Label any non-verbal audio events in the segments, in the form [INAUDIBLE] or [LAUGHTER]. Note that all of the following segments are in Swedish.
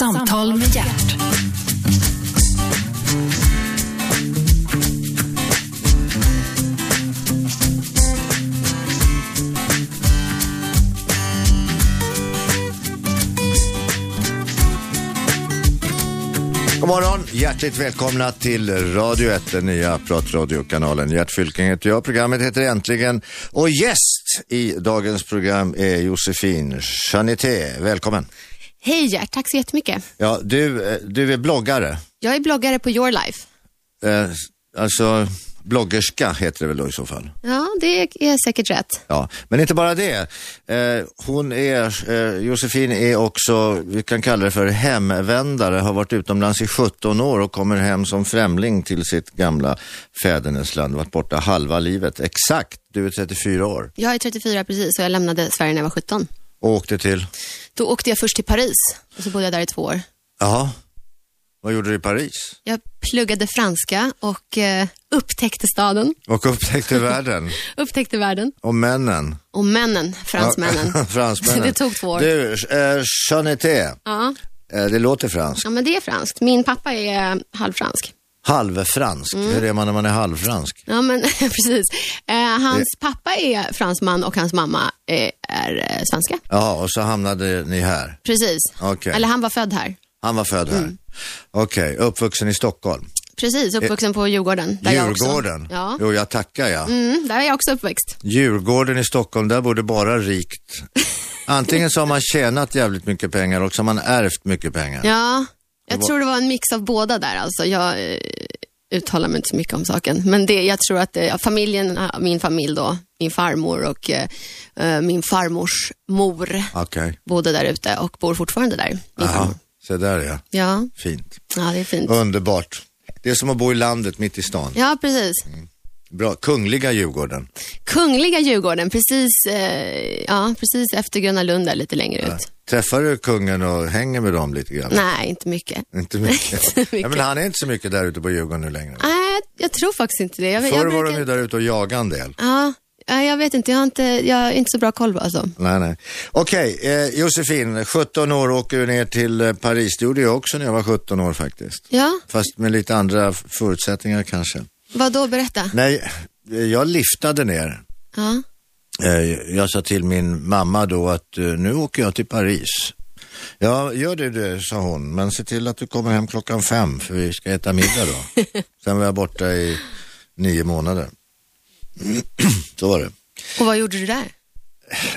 Samtal med hjärt. God morgon, hjärtligt välkomna till Radio 1, den nya pratradiokanalen. Gert Fylking heter jag, programmet heter Äntligen och gäst i dagens program är Josefin Chanité. Välkommen! Hej Gert, tack så jättemycket. Ja, du, eh, du är bloggare, Jag är bloggare på Your Life. eh, alltså bloggerska heter det väl då i så fall. Ja, det är säkert rätt. Ja, men inte bara det. Eh, hon är, eh, Josefin är också, vi kan kalla det för hemvändare, har varit utomlands i 17 år och kommer hem som främling till sitt gamla fädernesland, varit borta halva livet. Exakt, du är 34 år Jag är 34 precis och jag lämnade Sverige när jag var 17. och åkte till, Då åkte jag först till Paris och så bodde jag där i två år. jaha, vad gjorde du i Paris? Jag pluggade franska och eh, upptäckte staden, Och upptäckte [LAUGHS] världen upptäckte världen och männen. och männen, [LAUGHS] fransmännen. Fransmännen. Det tog två år. Du, eh, Chanité, eh, Ja. det låter franskt. ja, men det är franskt. Min pappa är eh, halvfransk. Halvfransk, Mm. hur är man när man är halvfransk? Ja, men [LAUGHS] precis. Eh, hans pappa är fransman och hans mamma eh, är eh, svenska. Ja, och så hamnade ni här. Precis. Okej. Eller han var född här. Han var född här. Mm. Okej, uppvuxen i Stockholm. Precis, uppvuxen på Djurgården. Där Jag Djurgården. också, ja. Jo, jag tackar jag. Mm, där är jag också uppväxt. Djurgården i Stockholm, där bor det bara [LAUGHS] rikt. Antingen så har man tjänat jävligt mycket pengar och så har man ärvt mycket pengar. Ja, jag tror det var en mix av båda där alltså. Jag eh, uttalar mig inte så mycket om saken. Men det, jag tror att eh, familjen, eh, min familj då, min farmor och eh, eh, min farmors mor Okej, bodde där ute och bor fortfarande där. Min aha. farmor. Så där är jag. Ja, Fint. ja, det är fint. Underbart. Det är som att bo i landet mitt i stan. Ja, precis. Bra. Kungliga Djurgården. Kungliga Djurgården, precis, eh, ja, precis efter Gröna Lund där lite längre ut. Träffar du kungen och hänger med dem lite grann? Nej, inte mycket. Inte [LAUGHS] mycket. mycket. Ja, men han är inte så mycket där ute på Djurgården nu längre. Nej, jag tror faktiskt inte det. Jag, jag Förr var de brukar- ju där ute och jagade en del. Ja, ja, jag vet inte. Jag har inte, jag har inte så bra koll på alltså. Nej, nej. Okej, eh, Josefin, 17 år åker du ner till eh, Paris. Det gjorde jag också när jag var 17 år faktiskt. Ja, Fast med lite andra f- förutsättningar kanske. vad då berätta? Nej, eh, jag liftade ner. Ja, Eh, jag sa till min mamma då att eh, nu åker jag till Paris. Ja, gör det, det, sa hon, men se till att du kommer hem klockan fem för vi ska äta middag då. [LAUGHS] Sen var jag borta i nio månader. [CLEARS THROAT] Så var det. och vad gjorde du där?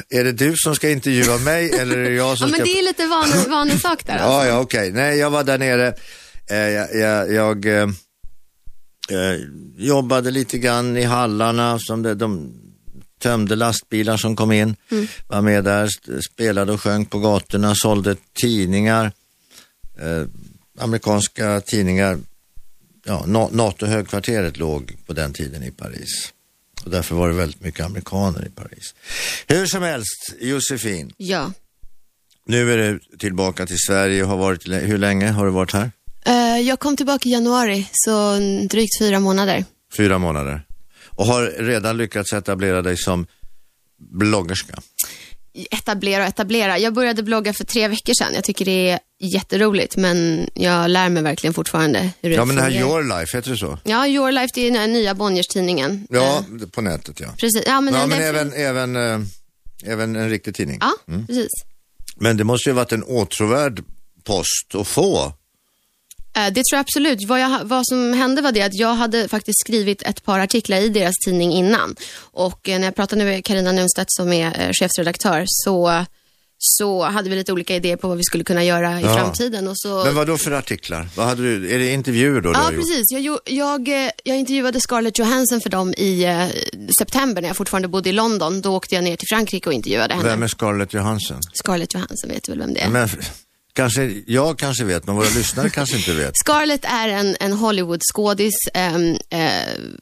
Är det du som ska intervjua mig eller är det jag Ja, som men ska det är [LAUGHS] lite vanlig, vanlig sak där alltså. Ja, ja, okej. Nej, jag var där nere. Eh, jag jag, jag eh, eh, jobbade lite grann i hallarna. Som det, de tömde lastbilar som kom in. Mm. Var med där, st- spelade och sjöng på gatorna, sålde tidningar. Eh, amerikanska tidningar. Ja, Na- NATO-högkvarteret låg på den tiden i Paris. Och därför var det väldigt mycket amerikaner i Paris. Hur som helst, Josefin. Ja. Nu är du tillbaka till Sverige och har varit, hur länge har du varit här? Eh, jag kom tillbaka i januari, så en drygt fyra månader. Fyra månader. Och har redan lyckats etablera dig som bloggerska. Etablera och etablera. Jag började blogga för tre veckor sedan. Jag tycker det är jätteroligt, men jag lär mig verkligen fortfarande hur det Ja men det här fungerar. Your Life, heter det så? Ja, Your Life, det är den här nya Bonniers-tidningen. Ja, Eh, på nätet ja. precis. Ja, men, Ja den men där- även, Mm. även, eh, även en riktig tidning. Ja, precis. Men det måste ju varit en åtråvärd post att få. Eh, Det tror jag absolut. Vad, jag, vad som hände var det att jag hade faktiskt skrivit ett par artiklar i deras tidning innan. Och eh, när jag pratade med Karina Nunstedt som är eh, chefsredaktör så, så hade vi lite olika idéer på vad vi skulle kunna göra i Ja. framtiden. Och så... Men vad då för artiklar? Vad hade du, är det intervjuer då du Ja, har gjort? precis. Jag, gjo- jag, eh, jag intervjuade Scarlett Johansson för dem i eh, september när jag fortfarande bodde i London. Då åkte jag ner till Frankrike och intervjuade henne. Vem är Scarlett Johansson? Scarlett Johansson vet du väl vem det är? Men, kanske, jag kanske vet, men våra lyssnare kanske inte vet. Scarlett är en, en Hollywood-skådis ehm, eh,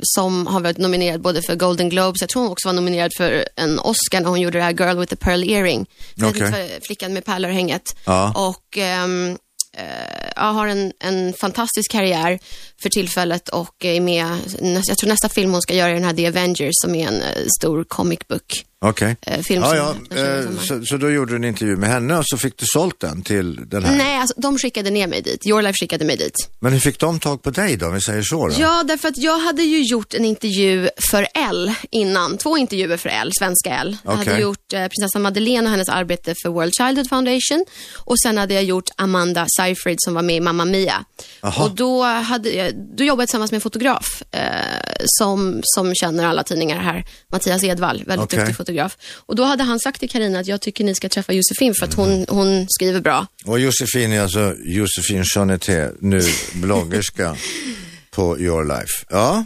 som har varit nominerad både för Golden Globes, jag tror hon också var nominerad för en Oscar när hon gjorde det här Girl with the Pearl Earring. Okej. För Flickan med pärlörhänget. Ja. Och ehm, eh, ja, har en, en fantastisk karriär för tillfället och är med, nä- jag tror nästa film hon ska göra är den här The Avengers som är en eh, stor comic book Okej. eh, film Ja, som ja. öppnar sig i eh, sommar. Så, så då gjorde du en intervju med henne och så fick du sålt den till den här. Nej, alltså, de skickade ner mig dit. Your Life skickade mig dit. Men hur fick de tag på dig då, om vi säger så? Då? Ja, därför att jag hade ju gjort en intervju för L innan. Två intervjuer för L, svenska L. Jag hade Okej. gjort eh, prinsessan Madeleine och hennes arbete för World Childhood Foundation. Och sen hade jag gjort Amanda Seyfried som var med i Mamma Mia. Jaha. Och då, hade jag, då jobbade jag tillsammans med en fotograf eh, som, som känner alla tidningar här. Mattias Edvall, väldigt Okej. duktig fotograf. Och då hade han sagt till Karina att jag tycker ni ska träffa Josefin för att hon, hon skriver bra. Och Josefin är alltså Josefin Choneté, nu [LAUGHS] bloggerska på Your Life. Ja,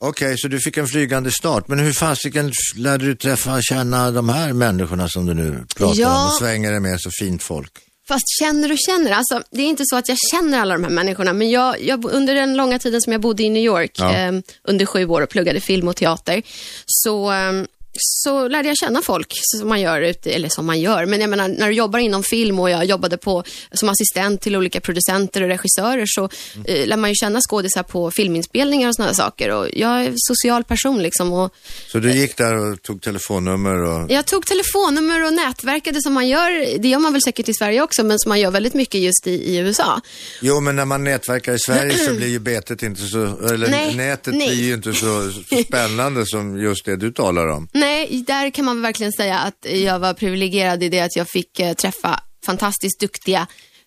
okej, så du fick en flygande start. Men hur fasiken lärde du träffa, känna de här människorna som du nu pratar Ja. om och svänger dig med så fint folk? Fast känner och känner, alltså, det är inte så att jag känner alla de här människorna, men jag, jag, under den långa tiden som jag bodde i New York, Ja. eh, under sju år och pluggade film och teater, så, eh, så lärde jag känna folk som man gör ute, eller som man gör, men jag menar när du jobbar inom film och jag jobbade på, som assistent till olika producenter och regissörer så eh, lär man ju känna skådisar på filminspelningar och sådana saker och jag är en social person liksom och Så du gick där och tog telefonnummer och... jag tog telefonnummer och nätverkade som man gör, det gör man väl säkert i Sverige också, men som man gör väldigt mycket just i, i USA. Jo, men när man nätverkar i Sverige så blir ju betet inte så, eller Nej, nätet nej. blir ju inte så [LAUGHS] spännande som just det du talar om. Nej, där kan man verkligen säga att jag var privilegierad i det att jag fick eh, träffa fantastiskt duktiga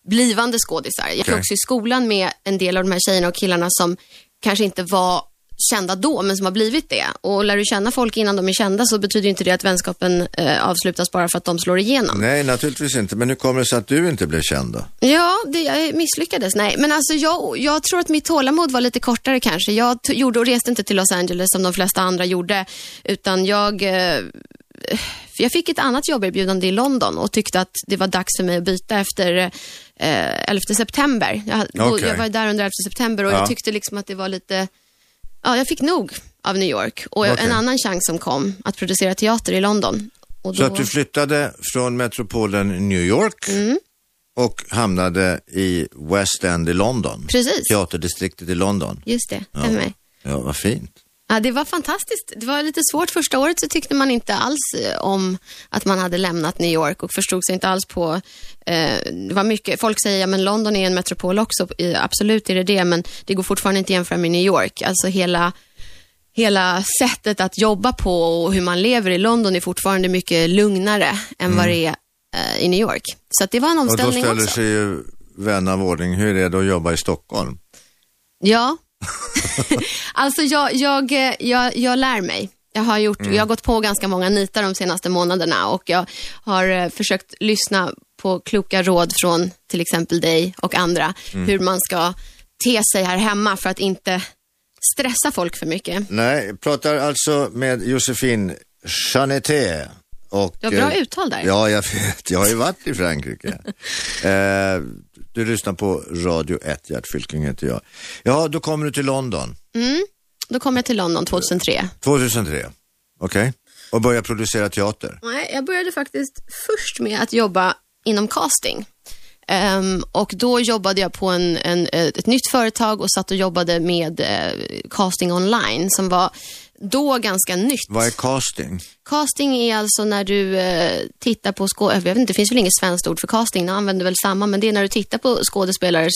blivande skådisar. Jag gick Okej. också i skolan med en del av de här tjejerna och killarna som kanske inte var kända då, men som har blivit det. Och lär du känna folk innan de är kända så betyder ju inte det att vänskapen eh, avslutas bara för att de slår igenom. Nej, naturligtvis inte. Men hur kommer det sig att du inte blev känd då? Ja, det, jag misslyckades. Nej, men alltså jag, jag tror att mitt tålamod var lite kortare kanske. Jag t- gjorde och reste inte till Los Angeles som de flesta andra gjorde, utan jag, eh, för jag fick ett annat jobberbjudande i London och tyckte att det var dags för mig att byta efter eh, 11 september. Jag, hade- bo- Okej. jag var där under 11 september och Ja. jag tyckte liksom att det var lite, ja, jag fick nog av New York och Okej. en annan chans som kom att producera teater i London. Och Så då- att du flyttade från metropolen New York Mm. och hamnade i West End i London. Precis, Teaterdistriktet i London. just det, Ja. stämmer. Ja, vad fint. Ja, det var fantastiskt. Det var lite svårt första året så tyckte man inte alls eh, om att man hade lämnat New York och förstod sig inte alls på... Eh, det var mycket, folk säger ja, men London är en metropol också. Eh, Absolut är det det, men det går fortfarande inte att jämföra med New York. Alltså hela, hela sättet att jobba på och hur man lever i London är fortfarande mycket lugnare än vad det är eh, i New York. Så att det var en Mm. Och då omställning ställer också. sig ju vän av ordning, hur är det att jobba i Stockholm? Ja. [LAUGHS] alltså jag, jag, eh, jag, jag lär mig. Jag har, gjort, jag har gått på ganska många nitar de senaste månaderna och jag har eh, försökt lyssna på kloka råd från till exempel dig och andra hur man ska te sig här hemma för att inte stressa folk för mycket. Nej, jag pratar alltså med Josefin Chaneté. Och, Du har bra eh, uttal där. Ja, jag vet. Jag har ju varit i [LAUGHS] Frankrike. eh, du lyssnar på Radio 1, Gert Fylking heter jag. Ja, då kommer du till London. Mm. Då kom jag till London 2003. 2003, okej. Och börja producera teater. Nej, jag började faktiskt först med att jobba inom casting. Ehm, och då jobbade jag på en, en, eh, ett nytt företag och satt och jobbade med eh, casting online som var då ganska nytt. Vad är casting? Casting är alltså när du eh, tittar på skådespelare, jag vet inte, det finns väl inget svenskt ord för casting, ni använder väl samma, men det är när du tittar på skådespelares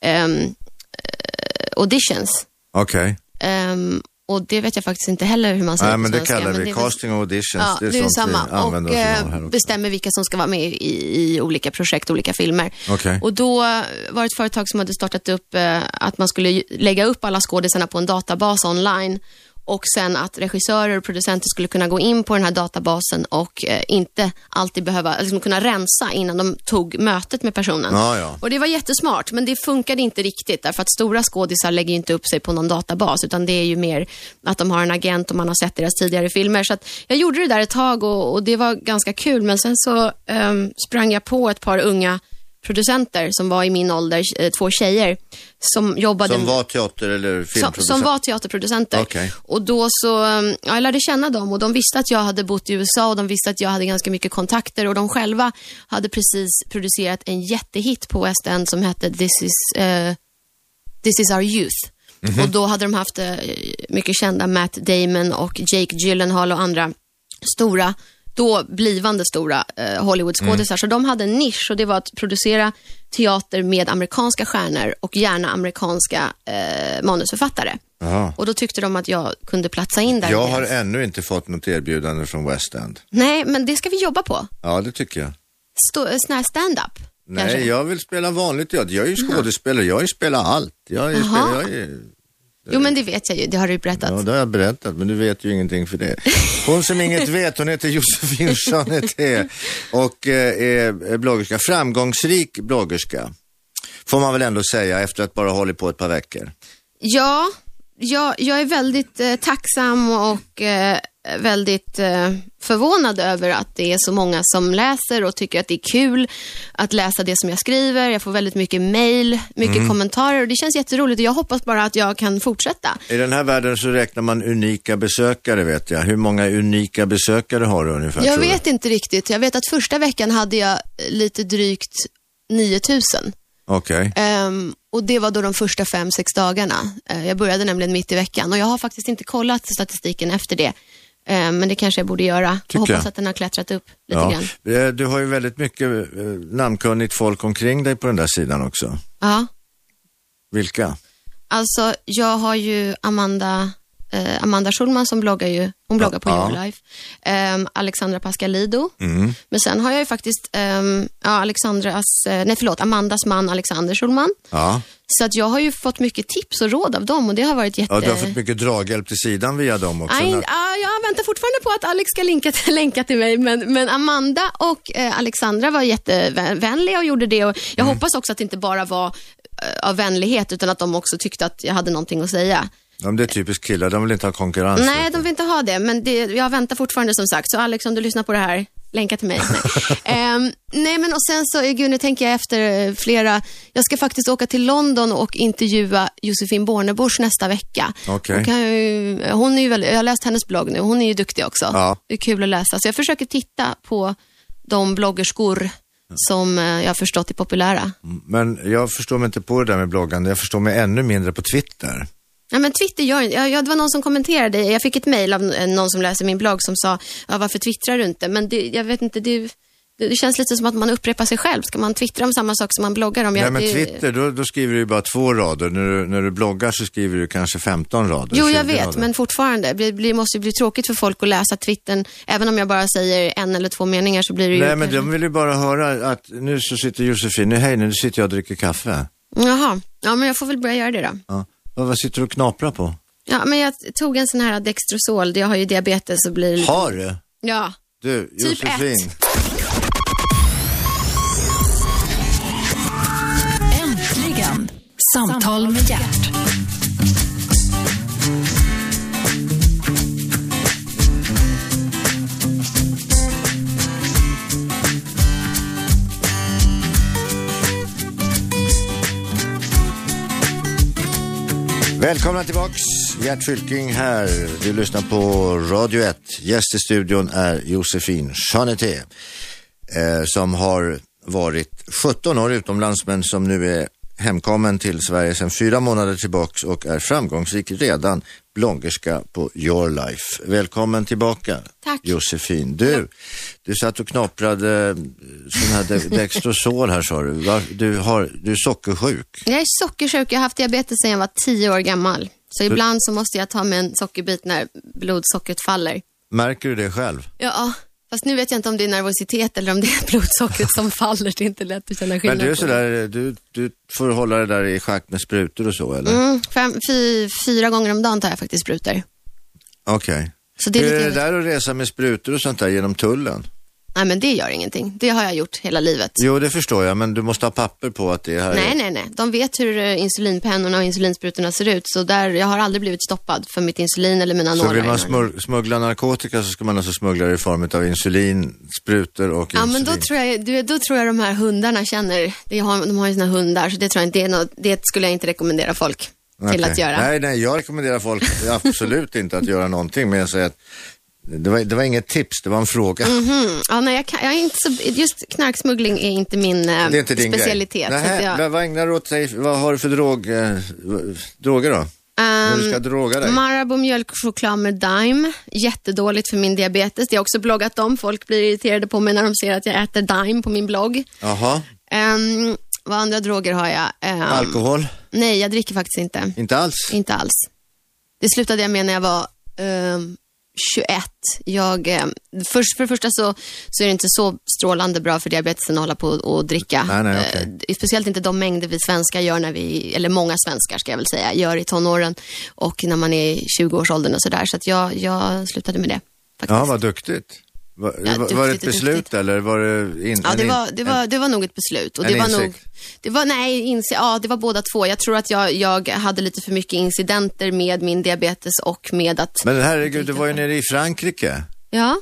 ehm, eh, auditions. Okej, Ehm, och det vet jag faktiskt inte heller hur man säger nej på men det svenska, kallar men vi är väl- casting och auditions. Ja, det är, sånt vi samma. använder Och oss av eh, här också. bestämmer vilka som ska vara med i, i olika projekt, olika filmer. Okej. Och då eh, var det ett företag som hade startat upp eh, att man skulle ju- lägga upp alla skådisarna på en databas online och sen att regissörer och producenter skulle kunna gå in på den här databasen och eh, inte alltid behöva, liksom kunna rensa innan de tog mötet med personen. Ja, ja. Och det var jättesmart, men det funkade inte riktigt därför att stora skådisar lägger ju inte upp sig på någon databas utan det är ju mer att de har en agent och man har sett deras tidigare filmer. Så att jag gjorde det där ett tag och, och det var ganska kul, men sen så ehm, sprang jag på ett par unga producenter som var i min ålder, eh, två tjejer, som jobbade Som var teater eller som, filmproducent? som var teaterproducenter. Okej. Och då så, um, ja, jag lärde känna dem och de visste att jag hade bott i USA och de visste att jag hade ganska mycket kontakter och de själva hade precis producerat en jättehit på West End som hette This is, eh, This is our youth. Och då hade de haft eh, mycket kända Matt Damon och Jake Gyllenhaal och andra stora då blivande stora eh, Hollywoodskådisar. Så de hade en nisch och det var att producera teater med amerikanska stjärnor och gärna amerikanska eh, manusförfattare. Jaha. Och då tyckte de att jag kunde platsa in där. Jag i har deras- ännu inte fått något erbjudande från West End. Nej, men det ska vi jobba på. Ja, det tycker jag. Stå, eh, sån här stand-up. Nej, kanske. Mm. jag vill spela vanligt. Jag, jag är ju skådespelare, jag har ju spelat allt. Jag är ju Jaha. spel, jag är, Jo, men det vet jag ju. Det har du ju berättat. ja, det har jag berättat, men du vet ju ingenting för det. Hon som inget vet, hon heter Josefin Jeanette och eh, är bloggerska, framgångsrik bloggerska. Får man väl ändå säga efter att bara hållit på ett par veckor. Ja, jag, jag är väldigt eh, tacksam och eh, väldigt eh, förvånad över att det är så många som läser och tycker att det är kul att läsa det som jag skriver. Jag får väldigt mycket mail, mycket Mm. kommentarer och det känns jätteroligt och jag hoppas bara att jag kan fortsätta. I den här världen så räknar man unika besökare vet jag. Hur många unika besökare har du ungefär? Jag tror du? vet inte riktigt. Jag vet att första veckan hade jag eh, lite drygt 9000. Okej. Ehm, och det var då de första fem, sex dagarna. Eh, jag började nämligen mitt i veckan och jag har faktiskt inte kollat statistiken efter det. Ehm, men det kanske jag borde göra. Tycker jag hoppas jag. att den har klättrat upp lite Ja. grann. Eh, Du har ju väldigt mycket eh, namnkunnigt folk omkring dig på den där sidan också. Ja. Vilka? Alltså, jag har ju Amanda, eh, Amanda Schulman som bloggar ju, hon bloggar på Ja. Your Life. Ehm, Alexandra Pascalido. Mm. Men sen har jag ju faktiskt ehm, ja, Alexandras, eh, nej förlåt, Amandas man Alexander Schulman. Ja. Så att jag har ju fått mycket tips och råd av dem och det har varit jätte... ja, du har fått mycket draghjälp till sidan via dem också. Nej, när- ah, jag väntar fortfarande på att Alex ska linka, länka till [LAUGHS] mig, men, men Amanda och eh, Alexandra var jättevänliga och gjorde det. Och jag hoppas också att det inte bara var eh, av vänlighet, utan att de också tyckte att jag hade någonting att säga. Ja, men det är typiskt killar, de vill inte ha konkurrens. Nej, de vill inte ha det, men det, jag väntar fortfarande som sagt. Så Alex, om du lyssnar på det här, länka [LAUGHS] till mig. Nej, Ehm, nej men och sen så, eh, gud nu tänker jag efter eh, flera, jag ska faktiskt åka till London och intervjua Josefin Bornebusch nästa vecka. Okej. Hon kan ju, hon är ju väl, jag har läst hennes blogg nu, hon är ju duktig också. Ja. Det är kul att läsa, så jag försöker titta på de bloggerskor som eh, jag har förstått är populära. Men jag förstår mig inte på det där med bloggande, jag förstår mig ännu mindre på Twitter. Nej, men Twitter gör jag, jag, Det var någon som kommenterade, jag fick ett mejl av eh, någon som läser min blogg som sa, ja, varför twittrar du inte? Men det, jag vet inte, det, det, det känns lite som att man upprepar sig själv. Ska man twittra om samma sak som man bloggar om? Nej Jag- men det, Twitter, då, då skriver du ju bara två rader. När du, när du bloggar så skriver du kanske 15 rader. Jo, 20 jag vet, rader. men fortfarande. Det blir, måste ju bli tråkigt för folk att läsa Twittern. Även om jag bara säger en eller två meningar så blir det ju... Nej men de vill ju bara höra att nu så sitter Josefin, nu hej nu sitter jag och dricker kaffe. Jaha, ja, men jag får väl börja göra det då. Ja. Vad, vad sitter du och knaprar på? Ja, men jag tog en sån här Dextrosol, jag har ju diabetes så blir det lite... Har du? Ja. Du, Typ Josefin. Äntligen! Samtal med hjärt. Välkomna tillbaks. Gert Fylking här. Du lyssnar på Radio 1. Gäst i studion är Josefin Chanete eh, som har varit 17 år utomlands men som nu är hemkommen till Sverige sedan fyra månader tillbaks och är framgångsrik redan bloggerska på Your Life. Välkommen tillbaka Tack. Josefin. Du, du satt och knaprade eh, sån här de- Dextrosol här sa du. Var- Du, har, du är sockersjuk. Jag är sockersjuk. Jag har haft diabetes sedan jag var tio år gammal. Så ibland så måste jag ta med en sockerbit när blodsockret faller. Märker du det själv? Ja, fast nu vet jag inte om det är nervositet eller om det är [LAUGHS] blodsockret som faller. Det är inte lätt att känna Men skillnad du är på det. sådär, du, du får hålla det där i schack med sprutor och så eller? Mm, fem, fy, fyra gånger om dagen tar jag faktiskt sprutor. Okej. Så det är Hur är lite det där att resa med sprutor och sånt där genom tullen? Nej, men det gör ingenting. Det har jag gjort hela livet. Jo, det förstår jag, men du måste ha papper på att det är här. Nej, nej, nej. De vet hur eh, insulinpennorna och insulinsprutorna ser ut. Så där, jag har aldrig blivit stoppad för mitt insulin eller mina Så vill man nålar. smur- smuggla narkotika så ska man alltså smuggla det i form av insulin, sprutor och Ja, men insulin. då tror, jag, du vet, då tror jag de här hundarna känner, de har, de har ju sina hundar, så det tror jag inte det är något, det skulle jag inte rekommendera folk till Okej. att göra. Nej, nej, jag rekommenderar folk absolut inte att göra någonting, men jag säger att det var, det var inget tips, det var en fråga. Mhm. Ja, nej jag kan, jag är inte så, just knarksmuggling är inte min eh, Det är inte din specialitet. grej. så att Nej, jag, vad, vad ägnar du åt dig? Vad har du för drog, eh, droger då? Hur Ehm, du ska droga dig. Marabou mjölkchoklad med Dime. Jättedåligt för min diabetes. Det har jag också bloggat om. Folk blir irriterade på mig när de ser att jag äter Dime på min blogg. Jaha, Ehm, vad andra droger har jag? Ehm, alkohol? nej, jag dricker faktiskt inte. Inte alls? Inte alls. Det slutade jag med när jag var ehm, 21. Jag, ehm, först, för det första så, så är det inte så strålande bra för diabetesen att hålla på och, och dricka. Nej, nej, okej. Eh, det är speciellt inte de mängder vi svenskar gör när vi, eller många svenskar ska jag väl säga, gör i tonåren och när man är i 20-årsåldern och sådär. Så att jag, jag slutade med det. Faktiskt. Ja, vad duktigt. Var, Ja, var- duktigt var det ett och duktigt. beslut eller var det in, Ja, en det in- var, det, var, det var nog ett beslut. Och en det var nog, insikt? det var, nej, inse, ja, det var båda två. Jag tror att jag, jag hade lite för mycket incidenter med min diabetes och med att... Men herregud, du var ju nere i Frankrike. ja.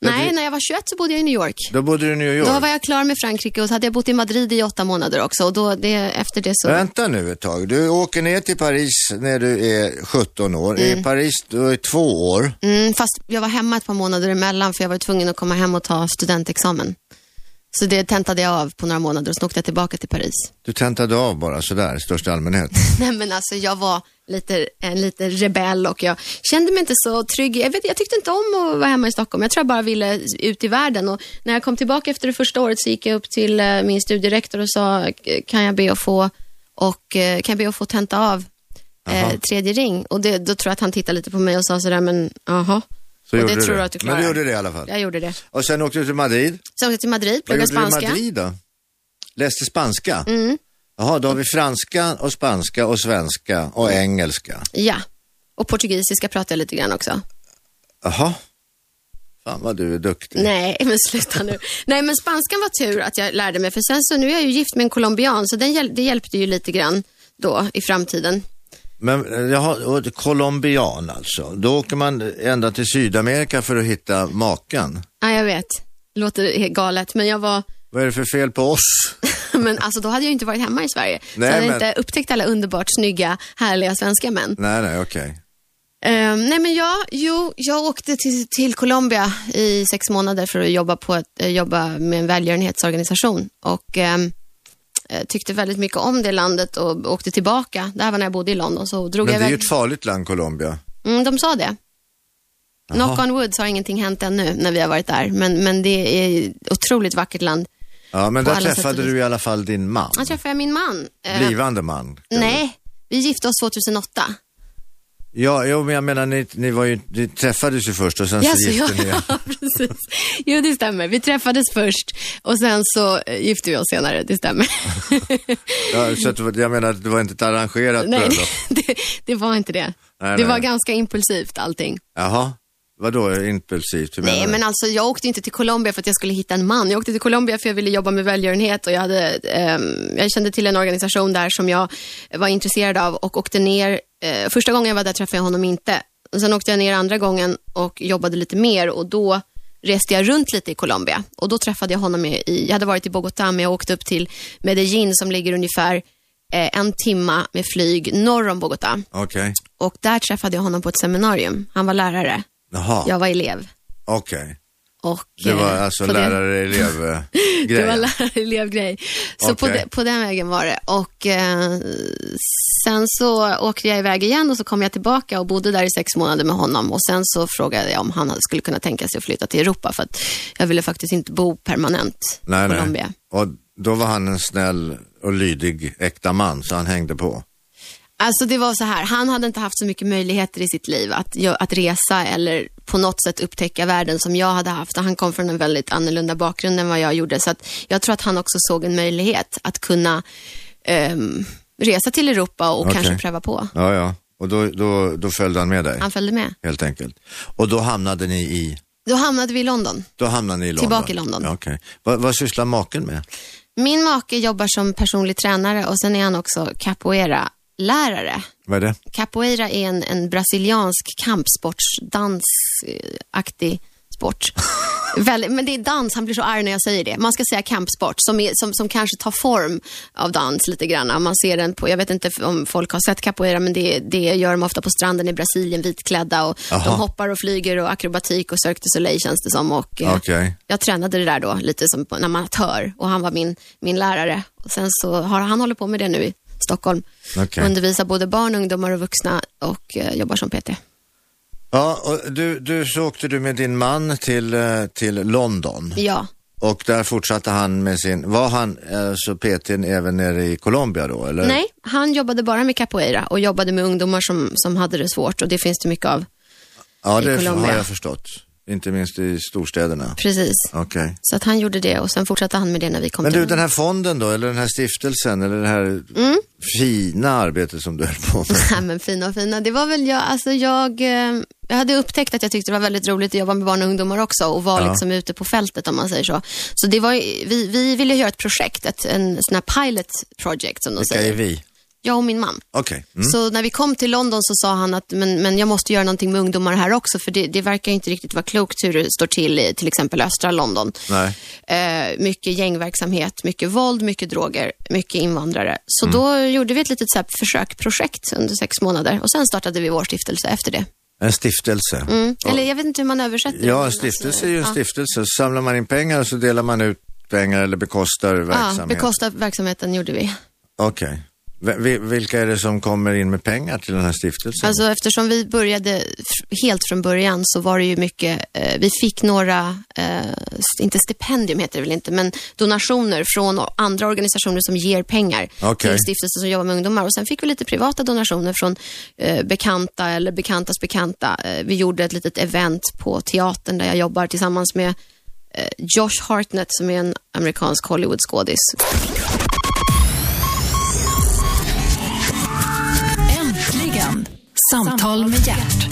Men Nej, det- när jag var 21 så bodde jag i New York. Då bodde du i New York. Då var jag klar med Frankrike och så hade jag bott i Madrid i åtta månader också. Och då, det, efter det så... Vänta nu ett tag. Du åker ner till Paris när du är 17 år. I Paris du är två år. Mm, fast jag var hemma ett par månader emellan för jag var tvungen att komma hem och ta studentexamen. Så det tentade jag av på några månader och sen åkte jag tillbaka till Paris. Du tentade av bara sådär i största [LAUGHS] allmänhet. Nej men alltså jag var lite, en liten rebell och jag kände mig inte så trygg. Jag, vet, jag tyckte inte om att vara hemma i Stockholm. Jag tror jag bara ville ut i världen. Och när jag kom tillbaka efter det första året så gick jag upp till eh, min studierektor och sa, kan jag be att få, och, eh, kan jag be att få tenta av eh, tredje ring? Och det, då tror jag att han tittade lite på mig och sa sådär, men jaha. Så och gjorde det du tror det. jag att du Men klarar. du gjorde det i alla fall. Jag gjorde det. Och sen åkte du till Madrid. Så åkte jag till Madrid, Vad pluggade gjorde du i spanska. Mm. Madrid då? Läste spanska? Jaha, då har vi franska och spanska och svenska och Mm. engelska. Ja. Och portugisiska pratade jag lite grann också. Jaha. Fan vad du är duktig. Nej, [LAUGHS] men sluta nu. Nej, men spanskan var tur att jag lärde mig. För sen så, nu är jag ju gift med en colombian, så den hjäl- det hjälpte ju lite grann då i framtiden. Men eh, jaha, och colombian alltså. Då åker man ända till Sydamerika för att hitta makan. Ja, jag vet. Låter helt galet, men jag var... [LAUGHS] Vad är det för fel på oss? Men alltså då hade jag ju inte varit hemma i Sverige. så Nej, hade jag men- inte upptäckt alla underbart snygga, härliga svenska män. Nej, nej, okej. Ehm, nej men jag, jo, jag åkte till, till Colombia i sex månader för att jobba, på ett, eh, jobba med en välgörenhetsorganisation och ehm, eh, tyckte väldigt mycket om det landet och åkte tillbaka. Det här var när jag bodde i London. Så drog Men jag det är ju iväg. ett farligt land, Colombia. Mm, de sa det. Jaha. Knock on wood så har ingenting hänt ännu när vi har varit där. Men, men det är ett otroligt vackert land. Ja, men På där alla sätt träffade och vis. du i alla fall din man. Här träffade jag min man. Eh, Blivande man. nej, vi gifte oss 2008. Ja, jo, men jag menar, ni, ni, var ju, ni träffades ju först och sen Ja, så så gifte Alltså, ni er. jag, [LAUGHS] ja, precis. Jo, det stämmer. Vi träffades först och sen så eh, gifte vi oss senare. Det stämmer. [LAUGHS] Ja, så att, det var- jag menar, det var inte ett arrangerat nej, bröllop. [LAUGHS] det, det var inte det. Nej, det nej. var ganska impulsivt allting. Jaha, vadå impulsivt? Hur menar Nej, du? men alltså jag åkte inte till Colombia för att jag skulle hitta en man. Jag åkte till Colombia för jag ville jobba med välgörenhet och jag, hade, ehm, jag kände till en organisation där som jag var intresserad av och åkte ner. Eh, första gången jag var där träffade jag honom inte. Och sen åkte jag ner andra gången och jobbade lite mer och då reste jag runt lite i Colombia och då träffade jag honom i, i- jag hade varit i Bogotá men jag åkte upp till Medellin som ligger ungefär eh, en timma med flyg norr om Bogotá Okej, och där träffade jag honom på ett seminarium. Han var lärare, jaha, jag var elev. okej. Och, Det var eh, alltså på det- [LAUGHS] Det var lärare-elev-grejen. lärarelevgrej. Så på, Okej. de, på den vägen var det. Och eh, Sen så åkte jag iväg igen och så kom jag tillbaka och bodde där i sex månader med honom. Och Sen så frågade jag om han skulle kunna tänka sig att flytta till Europa för att jag ville faktiskt inte bo permanent Nej, i nej. Colombia. Och då var han en snäll och lydig äkta man, så han hängde på. Alltså det var så här, han hade inte haft så mycket möjligheter i sitt liv att, gö- att resa eller på något sätt upptäcka världen som jag hade haft. Och Han kom från en väldigt annorlunda bakgrund än vad jag gjorde. Så att jag tror att han också såg en möjlighet att kunna ehm, resa till Europa och Okej. kanske pröva på. Ja, ja. Och då, då, då följde han med dig, Han följde med. helt enkelt. Och då hamnade ni i? Då hamnade vi i London. Då hamnade ni i London? Tillbaka i London. Ja, Okej. Vad, vad sysslar maken med? Min make jobbar som personlig tränare och sen är han också capoeira-lärare. Vad är det? Capoeira är en, en brasiliansk kampsportsdansaktig sport. Väl, men det är dans, han blir så arg när jag säger det. Man ska säga kampsport som, är, som, som kanske tar form av dans lite grann. Man ser den på, jag vet inte om folk har sett capoeira, men det, det gör de ofta på stranden i Brasilien, vitklädda och de Aha. hoppar och flyger och akrobatik och Cirque du Soleil känns det som. Och, eh, Okej. jag tränade det där då, lite som på- en amatör och han var min, min lärare. Och sen så har han håller på med det nu i Stockholm. Okej. Undervisar både barn, ungdomar och vuxna och eh, jobbar som PT. Ja, och du, du, så åkte du med din man till, eh, till London Ja, och där fortsatte han med sin, var han eh, så PT'n även nere i Colombia då eller? nej, han jobbade bara med capoeira och jobbade med ungdomar som, som hade det svårt och det finns det mycket av. Ja, i det Colombia. har jag förstått. Inte minst i storstäderna. Precis. Okej. Så att han gjorde det och sen fortsatte han med det när vi kom Men till du, den här fonden då, eller den här stiftelsen, eller det här Mm. fina arbetet som du höll på med. [LAUGHS] Nej, men fina och fina. Det var väl jag, alltså jag, eh, jag hade upptäckt att jag tyckte det var väldigt roligt att jobba med barn och ungdomar också och vara Ja. liksom ute på fältet om man säger så. Så det var, ju- vi, vi ville göra ett projekt, ett, en sån här pilot project som de Vilka är säger. vi? Jag och min man. Okej. Mm. Så när vi kom till London så sa han att men, men jag måste göra någonting med ungdomar här också för det, det verkar inte riktigt vara klokt hur det står till i till exempel östra London. Nej. Eh, mycket gängverksamhet, mycket våld, mycket droger, mycket invandrare. Så då gjorde vi ett litet så här, försökprojekt under sex månader och sen startade vi vår stiftelse efter det. En stiftelse. Mm. Eller jag vet inte hur man översätter det, Ja, men en stiftelse alltså, är ju en stiftelse. Så samlar man in pengar så delar man ut pengar eller bekostar Ja, verksamhet. bekosta verksamheten gjorde vi. Okej. V- vi- Vilka är det som kommer in med pengar till den här stiftelsen? Alltså eftersom vi började f- helt från början så var det ju mycket, eh, vi fick några, eh, st- inte stipendium heter det väl inte, men donationer från o- andra organisationer som ger pengar Okej. till stiftelser som jobbar med ungdomar. Och sen fick vi lite privata donationer från eh, bekanta eller bekantas bekanta. Eh, vi gjorde ett litet event på teatern där jag jobbar tillsammans med eh, Josh Hartnett som är en amerikansk Hollywoodskådis. Äntligen samtal med hjärt.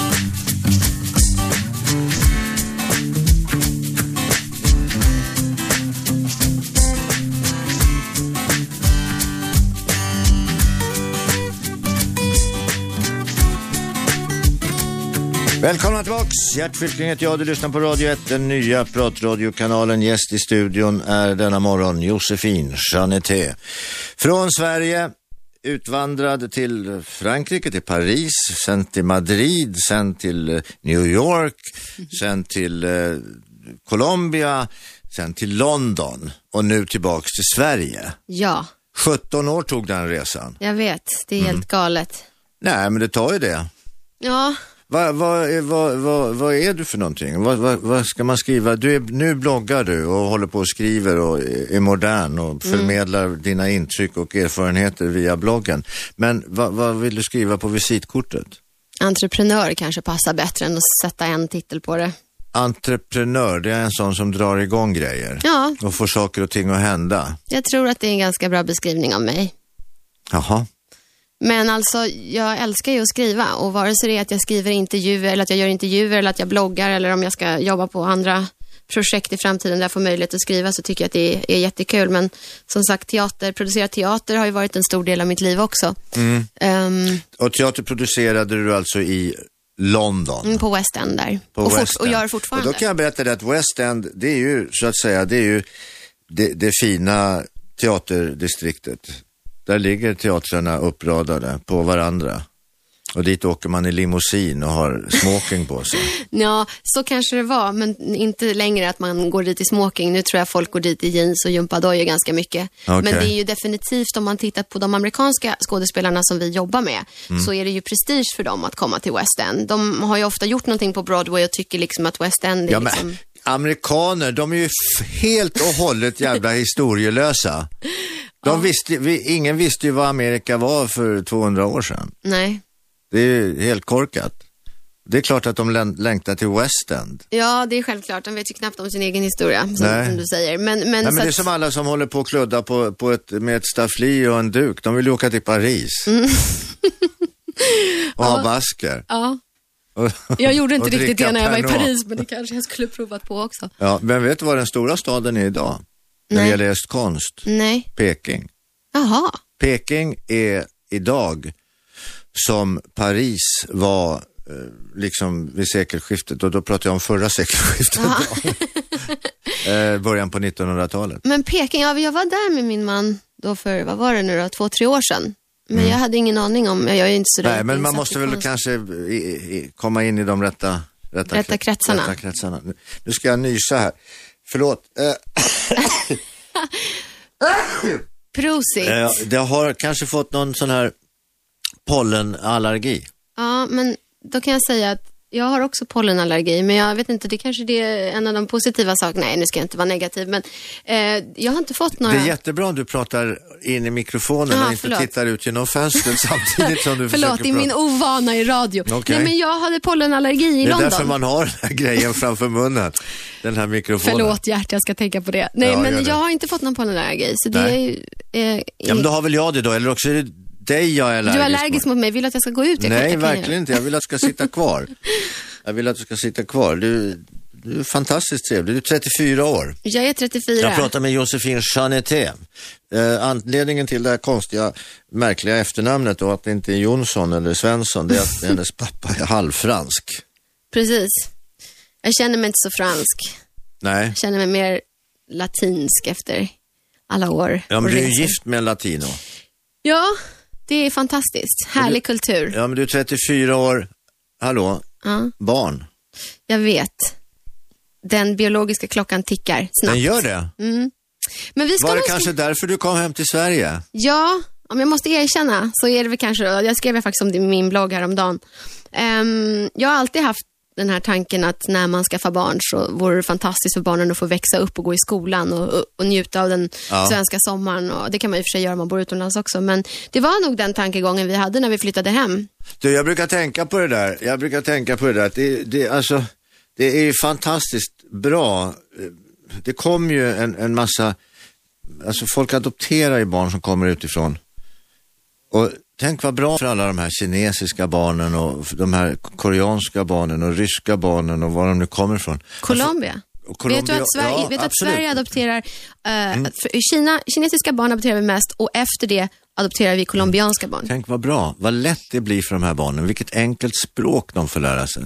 Välkomna tillbaks! Gert Fylking heter jag, du lyssnar på Radio 1, den nya pratradiokanalen. Gäst i studion är denna morgon Josefin Janete. Från Sverige, utvandrad till Frankrike, till Paris, sen till Madrid, sen till eh, New York, sen till eh, Colombia, sen till London och nu tillbaks till Sverige. Ja, 17 år tog den resan. jag vet, det är helt galet. Nej, men det tar ju det. Ja, Vad va, va, va, va är du för någonting? Vad va, va ska man skriva? Du är, nu bloggar du och håller på och skriver och är modern och förmedlar dina intryck och erfarenheter via bloggen. Men vad va vill du skriva på visitkortet? entreprenör kanske passar bättre än att sätta en titel på det. Entreprenör, det är en sån som drar igång grejer Ja, och får saker och ting att hända. jag tror att det är en ganska bra beskrivning av mig. Jaha, Men alltså, jag älskar ju att skriva och vare sig det är att jag skriver intervjuer eller att jag gör intervjuer eller att jag bloggar eller om jag ska jobba på andra projekt i framtiden där jag får möjlighet att skriva så tycker jag att det är, är jättekul. Men som sagt, teater, producera teater har ju varit en stor del av mitt liv också. Mm. Ehm, och teater producerade du alltså i London? mm, på West End där. på och, fort- West och End. gör fortfarande. Och då kan jag berätta det att West End, det är ju så att säga, det är ju det, det fina teaterdistriktet. Där ligger teatrarna uppradade på varandra. Och dit åker man i limousin och har smoking på [LAUGHS] sig. Ja, så kanske det var, men inte längre att man går dit i smoking. Nu tror jag folk går dit i jeans och gympadojor ganska mycket. Okej. Men det är ju definitivt, om man tittar på de amerikanska skådespelarna som vi jobbar med, Mm. så är det ju prestige för dem att komma till West End. De har ju ofta gjort någonting på Broadway och tycker liksom att West End är Ja, men, liksom... amerikaner, de är ju f- helt och hållet jävla [LAUGHS] historielösa. De visste, vi, ingen visste ju vad Amerika var för 200 år sedan. Nej. Det är ju helt korkat. Det är klart att de län- längtar till West End. Ja, det är självklart. De vet ju knappt om sin egen historia, som, Nej. som du säger. Men, men, Nej, så men det är att- som alla som håller på och kludda på, på ett, med ett staffli och en duk. De vill ju åka till Paris. [LAUGHS] och ha basker. Mm. Ja, Och- jag gjorde inte och riktigt dricka det när jag var i Pernod. Paris, men det kanske jag skulle provat på också. [LAUGHS] Ja, men vet du vad den stora staden är idag? När det Nej. gäller just konst? Nej. Peking. Jaha. Peking är idag som Paris var eh, liksom vid sekelskiftet och då pratar jag om förra sekelskiftet. [LAUGHS] eh, början på 1900-talet. Men Peking, ja, jag var där med min man då för, vad var det nu då, två, tre år sedan. Men jag hade ingen aning om, jag är ju inte så Mm. Nej, rätt men man insatt måste i väl konst. kanske i, i, komma in i de rätta, rätta, Rätta kre- kretsarna. rätta kretsarna. Nu- Nu ska jag nysa här. Förlåt. Eh, Prosit. Eh, det har kanske fått någon sån här pollenallergi. Ja, men då kan jag säga att jag har också pollenallergi, men jag vet inte, det kanske det är en av de positiva sakerna. Nej, nu ska jag inte vara negativ, men eh, jag har inte fått några... Det är jättebra om du pratar in i mikrofonen Ah, och inte förlåt. tittar ut genom [LAUGHS] fönstret samtidigt som du Förlåt, försöker i min prata. ovana i radio. Okej. Nej, men jag hade pollenallergi i Det är London. därför man har den här grejen framför munnen. Den här mikrofonen. Förlåt Gert, jag ska tänka på det. Nej, Ja, gör men det. jag har inte fått någon pollenallergi, så det Nej. är ju... Eh, Ja, men då har väl jag det då, eller också är det dig jag är allergisk du är allergisk mot. mot mig, vill du att jag ska gå ut? Jag kan- jag Nej, kan göra- verkligen inte. Jag vill att du ska sitta kvar. Jag vill att du ska sitta kvar. Du, du är fantastiskt trevlig. Du är 34 år. Jag är 34. Jag pratade med Josefin Chanete. Eh, anledningen till det här konstiga, märkliga efternamnet och att det inte är Jonsson eller Svensson, det är att hennes pappa är halvfransk. Precis. Jag känner mig inte så fransk. Nej, Jag känner mig mer latinsk efter alla år. ja, men och du är resor. ju gift med en latino. Ja, det är fantastiskt. Härlig kultur. Ja, men du är 34 år, hallå, Ja, barn. jag vet. Den biologiska klockan tickar snabbt. Den gör det. Men vi ska Var det nog... kanske därför du kom hem till Sverige? Ja, om jag måste erkänna så är det väl kanske, jag skrev faktiskt om det i min blogg häromdagen. Um, jag har alltid haft den här tanken att när man skaffar barn så vore det fantastiskt för barnen att få växa upp och gå i skolan och, och, och njuta av den Ja. svenska sommaren. Och det kan man i och för sig göra om man bor utomlands också, men det var nog den tankegången vi hade när vi flyttade hem. Du, jag brukar tänka på det där. Jag brukar tänka på det där. att Det, det, alltså, det är ju fantastiskt bra. Eh, Det kom ju en, en massa, alltså folk adopterar ju barn som kommer utifrån. Och tänk vad bra för alla de här kinesiska barnen och de här koreanska barnen och ryska barnen och var de nu kommer ifrån. Colombia. Alltså, Och vet du att Sverige, ja, vet du att absolut. Mm. Sverige adopterar, eh, för, i Kina, kinesiska barn adopterar vi mest och efter det adopterar vi colombianska barn. Tänk vad bra, vad lätt det blir för de här barnen, vilket enkelt språk de får lära sig.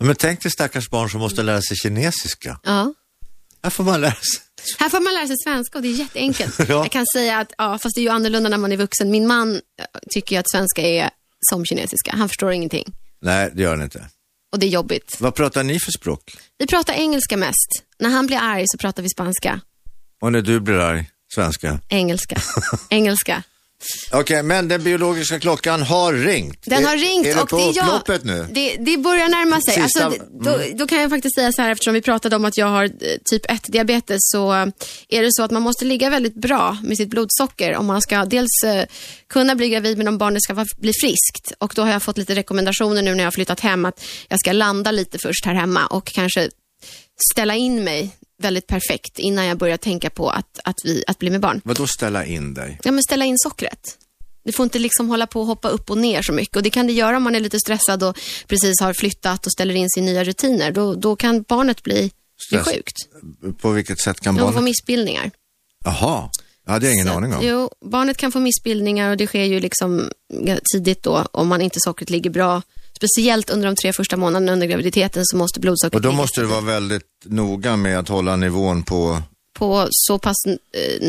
Men tänk dig stackars barn som måste lära sig kinesiska. Ja. Här får man lära sig. Här får man lära sig svenska och det är jätteenkelt. Ja. Jag kan säga att, ja, fast det är ju annorlunda när man är vuxen. Min man eh, tycker ju att svenska är som kinesiska. Han förstår ingenting Nej, det gör den inte. och det är jobbigt. Vad pratar ni för språk? Vi pratar engelska mest. När han blir arg så pratar vi spanska. Och när du blir arg, svenska. Engelska. engelska. Okej, men den biologiska klockan har ringt. Den Är- har ringt Är det och på det är jag. upploppet nu? Det, det börjar närma sig. Sista- Mm. Alltså, det- då, då kan jag faktiskt säga så här, eftersom vi pratade om att jag har eh, typ 1-diabetes, så eh, är det så att man måste ligga väldigt bra med sitt blodsocker om man ska dels eh, kunna bli gravid, men om barnet ska vara- bli friskt. Och då har jag fått lite rekommendationer nu när jag har flyttat hem, att jag ska landa lite först här hemma och kanske ställa in mig väldigt perfekt innan jag börjar tänka på att, att, vi, att bli med barn. Vadå ställa in dig? Ja, men ställa in sockret. Du får inte liksom hålla på och hoppa upp och ner så mycket. Och Det kan det göra om man är lite stressad och precis har flyttat och ställer in sig i nya rutiner. Då, då kan barnet bli, bli Stress. sjukt. På vilket sätt kan De får barnet... missbildningar. Jaha, det hade jag ingen Så att- aning om. Jo, barnet kan få missbildningar och det sker ju liksom tidigt då om man inte sockret ligger bra. Speciellt under de tre första månaderna under graviditeten så måste blodsockret Och då ligga måste du vara väldigt noga med att hålla nivån på... på så pass eh,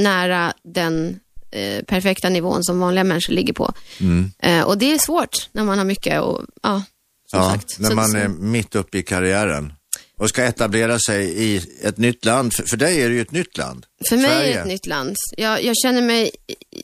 nära den eh, perfekta nivån som vanliga människor ligger på. Mm. Eh, och det är svårt när man har mycket och ja, som Ja, sagt. när Så- man så- är mitt uppe i karriären och ska etablera sig i ett nytt land. För, för dig är det ju ett nytt land. För mig är det Sverige. ett nytt land. Jag, jag känner mig,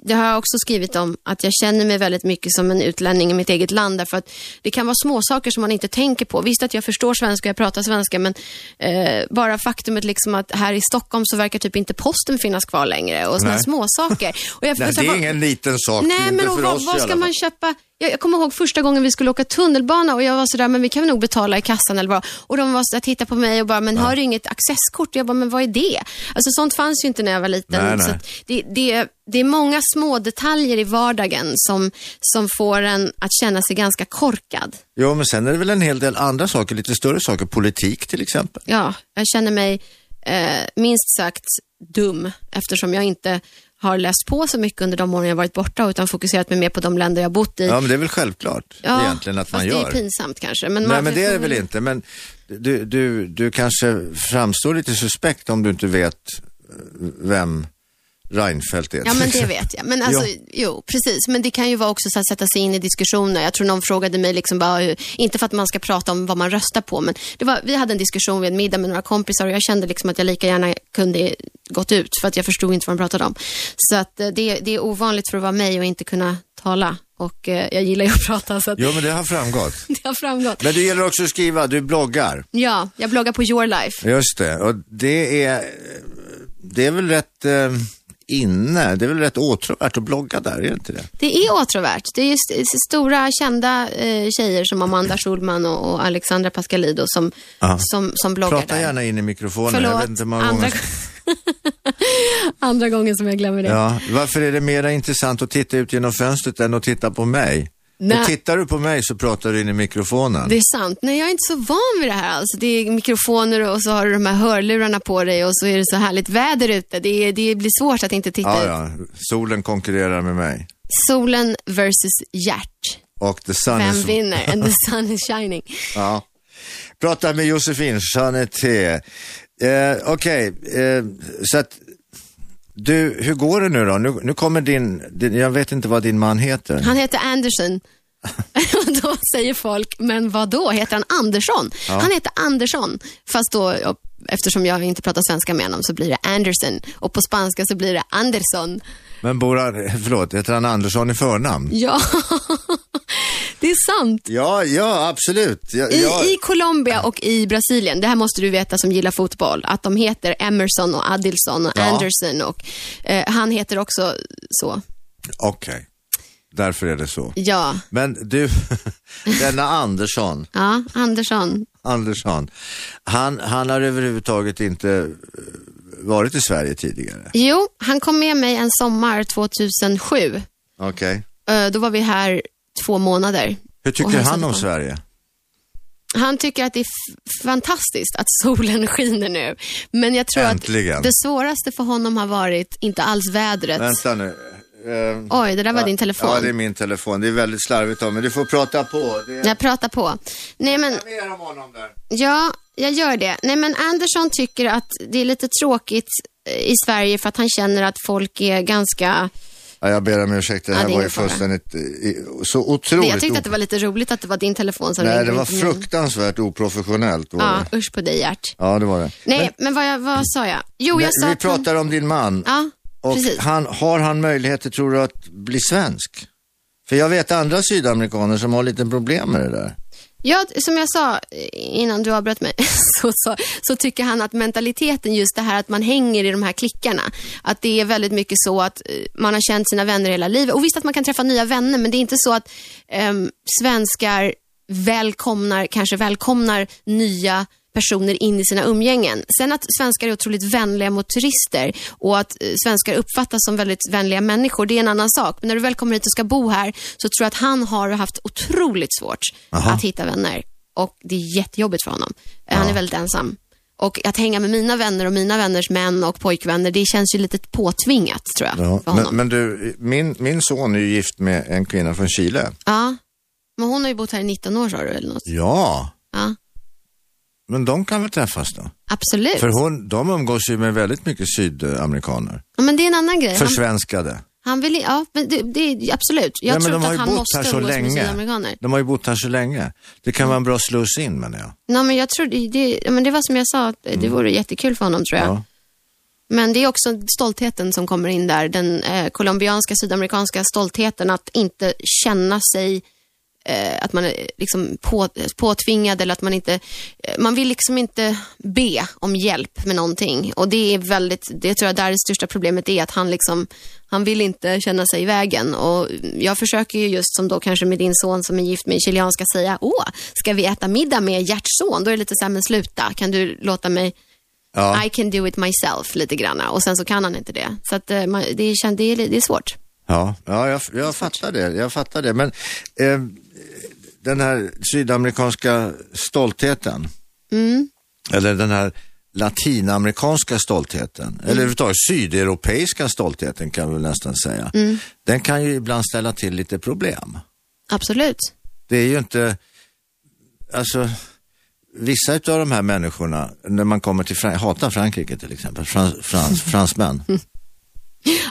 det har jag också skrivit om, att jag känner mig väldigt mycket som en utlänning i mitt eget land. Därför att det kan vara små saker som man inte tänker på. Visst att jag förstår svenska och jag pratar svenska, men eh, bara faktumet liksom att här i Stockholm så verkar typ inte posten finnas kvar längre. Och sådana Nej. små saker. Och [LAUGHS] jag, Nej, och så det är bara- ingen liten sak. Nej, inte men och för vad, oss vad i ska alla man köpa? Jag, jag kommer ihåg första gången vi skulle åka tunnelbana och jag var sådär, men vi kan väl nog betala i kassan eller vad. Och de var så att titta på mig och bara, men har du inget accesskort? Jag bara, men vad är det? Alltså sånt fanns ju inte när jag var liten. Nej, Så nej. att det, det, det är många små detaljer i vardagen som, som får en att känna sig ganska korkad. Jo, men sen är det väl en hel del andra saker, lite större saker. Politik till exempel. Ja, jag känner mig eh, minst sagt dum eftersom jag inte har läst på så mycket under de åren jag varit borta utan fokuserat mig mer på de länder jag bott i. Ja, men det är väl självklart Ja, egentligen att fast man gör. det är pinsamt kanske. Men Nej, man, men det är det väl inte. Men du, du, du kanske framstår lite suspekt om du inte vet eh, vem Reinfeldt är. Ja, till men det exempel. vet jag. Men [LAUGHS] alltså, Ja. jo, precis. Men det kan ju vara också så att sätta sig in i diskussioner. Jag tror någon frågade mig, liksom bara, hur- inte för att man ska prata om vad man röstar på, men det var, vi hade en diskussion vid en middag med några kompisar och jag kände liksom att jag lika gärna kunde gått ut för att jag förstod inte vad de pratade om. Så att eh, det, det är ovanligt för att vara mig och inte kunna tala. Och eh, jag gillar ju att [LAUGHS] prata så att Jo, men det har framgått. det har framgått. Men du gäller också att skriva, du bloggar. Ja, jag bloggar på Your Life. Just det, och det är, det är väl rätt eh, inne, det är väl rätt åtråvärt att blogga där, är det inte det? Det är åtråvärt. Det är just eh, stora kända eh, tjejer som Amanda Schulman och, och Alexandra Pascalido som, Ja. som, som bloggar Prata där. gärna in i mikrofonen, jag vet Förlåt, inte hur många andra, gånger. [LAUGHS] andra gången som jag glömmer det. Ja, varför är det mer intressant att titta ut genom fönstret än att titta på mig? Nej. Och tittar du på mig så pratar du in i mikrofonen. Det är sant. Nej, jag är inte så van vid det här alls. Det är mikrofoner och så har du de här hörlurarna på dig och så är det så härligt väder ute. Det, är, det blir svårt att inte titta Ja, ut. ja, solen konkurrerar med mig. Solen versus hjärt. Och the sun Vem is... [LAUGHS] vinner? And the sun is shining. Ja. Prata med Josefin Chanete. Eh, Okej, eh, så att du, hur går det nu då? Nu, nu kommer din, din, jag vet inte vad din man heter. Han heter Anderson. [LAUGHS] Och då säger folk, men vad då heter han Andersson? Han heter Andersson, fast då, ja, eftersom jag inte pratar svenska med honom, så blir det Anderson. Och på spanska så blir det Anderson. Men bor han, [LAUGHS] förlåt, heter han Andersson i förnamn? Ja, [LAUGHS] det är sant. Ja, ja, absolut. Ja, I, ja. I Colombia och i Brasilien, det här måste du veta som gillar fotboll, att de heter Emerson och Adilson och Ja. Anderson och eh, han heter också så. Okej, därför är det så. Ja, Men du, [LAUGHS] denna Andersson, ja Andersson. Andersson, han, han har överhuvudtaget inte eh, varit i Sverige tidigare. Jo, han kom med mig en sommar 2007. Okej. Eh, då var vi här två månader. Hur och tycker hälsade han om på. Sverige? Han tycker att det är f- fantastiskt att solen [LAUGHS] skiner nu. Men jag tror Äntligen. att det svåraste för honom har varit inte alls vädret. Vänta nu. Ehm, Oj, det där var din telefon. Ja, det är min telefon. Det är väldigt slarvigt av mig. Du får prata på. Det är Jag pratar på. Nej, men... mer om honom där. Ja, jag gör det. Nej, men Andersson tycker att det är lite tråkigt eh, i Sverige för att han känner att folk är ganska... Ja, jag ber om ursäkt. Det Ja, här det är var ju ingen fara. fullständigt eh, i- så Men otroligt... jag tyckte att o- det var lite roligt att det var din telefon som Nej, ringde. det var inte min. fruktansvärt oprofessionellt. Var Ja, det. usch på dig Gert. ja, det var det. Nej, men vad, jag, vad sa jag? Jo, jag sa vi att han- pratar om din man. Ja, och precis. han, har han möjligheter, tror du, att bli svensk? För jag vet andra sydamerikaner som har lite problem med det där. Ja, som jag sa eh, innan du avbröt mig, [LAUGHS] så, så, så tycker han att mentaliteten, just det här att man hänger i de här klickarna, att det är väldigt mycket så att eh, man har känt sina vänner hela livet. Och visst att man kan träffa nya vänner, men det är inte så att ehm, svenskar välkomnar, kanske välkomnar nya personer in i sina umgängen. Sen att svenskar är otroligt vänliga mot turister och att eh, svenskar uppfattas som väldigt vänliga människor, det är en annan sak. Men när du väl kommer hit och ska bo här så tror jag att han har haft otroligt svårt Aha. att hitta vänner. Och det är jättejobbigt för honom. Eh, Han är väldigt ensam. Och att hänga med mina vänner och mina vänners män och pojkvänner, det känns ju lite påtvingat tror jag för honom. men, men du, min, min son är ju gift med en kvinna från Chile. Ja. Men hon har ju bott här i 19 år sa du eller något? Ja, Ja, men de kan väl träffas då? absolut. För hon, de umgås ju med väldigt mycket sydamerikaner. Ja, men det är en annan grej. Han- Försvenskade. Han vill, ja, men det, det, absolut. Nej, Jag men tror de inte har att ju han bott måste här så umgås med länge. sydamerikaner. De har ju bott här så länge. Det kan vara en bra sluss in menar jag. Nej, men jag tror, det, det, ja, men det var som jag sa, att det vore jättekul för honom tror jag. Mm. Ja. Men det är också stoltheten som kommer in där. Den eh, colombianska, sydamerikanska stoltheten att inte känna sig eh, att man är liksom på, påtvingad eller att man inte, eh, man vill liksom inte be om hjälp med någonting. Och det är väldigt, det tror jag där det största problemet är att han liksom, han vill inte känna sig i vägen. Och jag försöker ju just som då kanske med din son som är gift med en chilenska säga, åh, ska vi äta middag med hjärtson? Då är det lite så här, men sluta, kan du låta mig Ja. I can do it myself lite grann och sen så kan han inte det. Så att, eh, man, det, kän- det, är, li- det är svårt. Ja, ja jag, jag fattar det. Jag fattar det. Men eh, den här sydamerikanska stoltheten, Mm. eller den här latinamerikanska stoltheten, eller överhuvudtaget sydeuropeiska stoltheten kan vi väl nästan säga. Den kan ju ibland ställa till lite problem. Absolut. [LAUGHS] det är ju inte, alltså vissa av de här människorna, när man kommer till Frankrike, jag hatar Frankrike till exempel, frans, frans, fransmän.